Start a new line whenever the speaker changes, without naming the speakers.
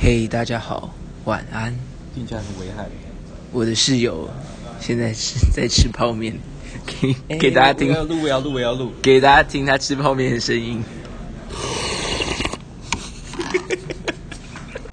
嘿、大家好，晚安。
定价很危害。
我的室友现在是在吃泡面，给给大家听，
哎我要录，我要录，我要录。
给大家听他吃泡面的声音。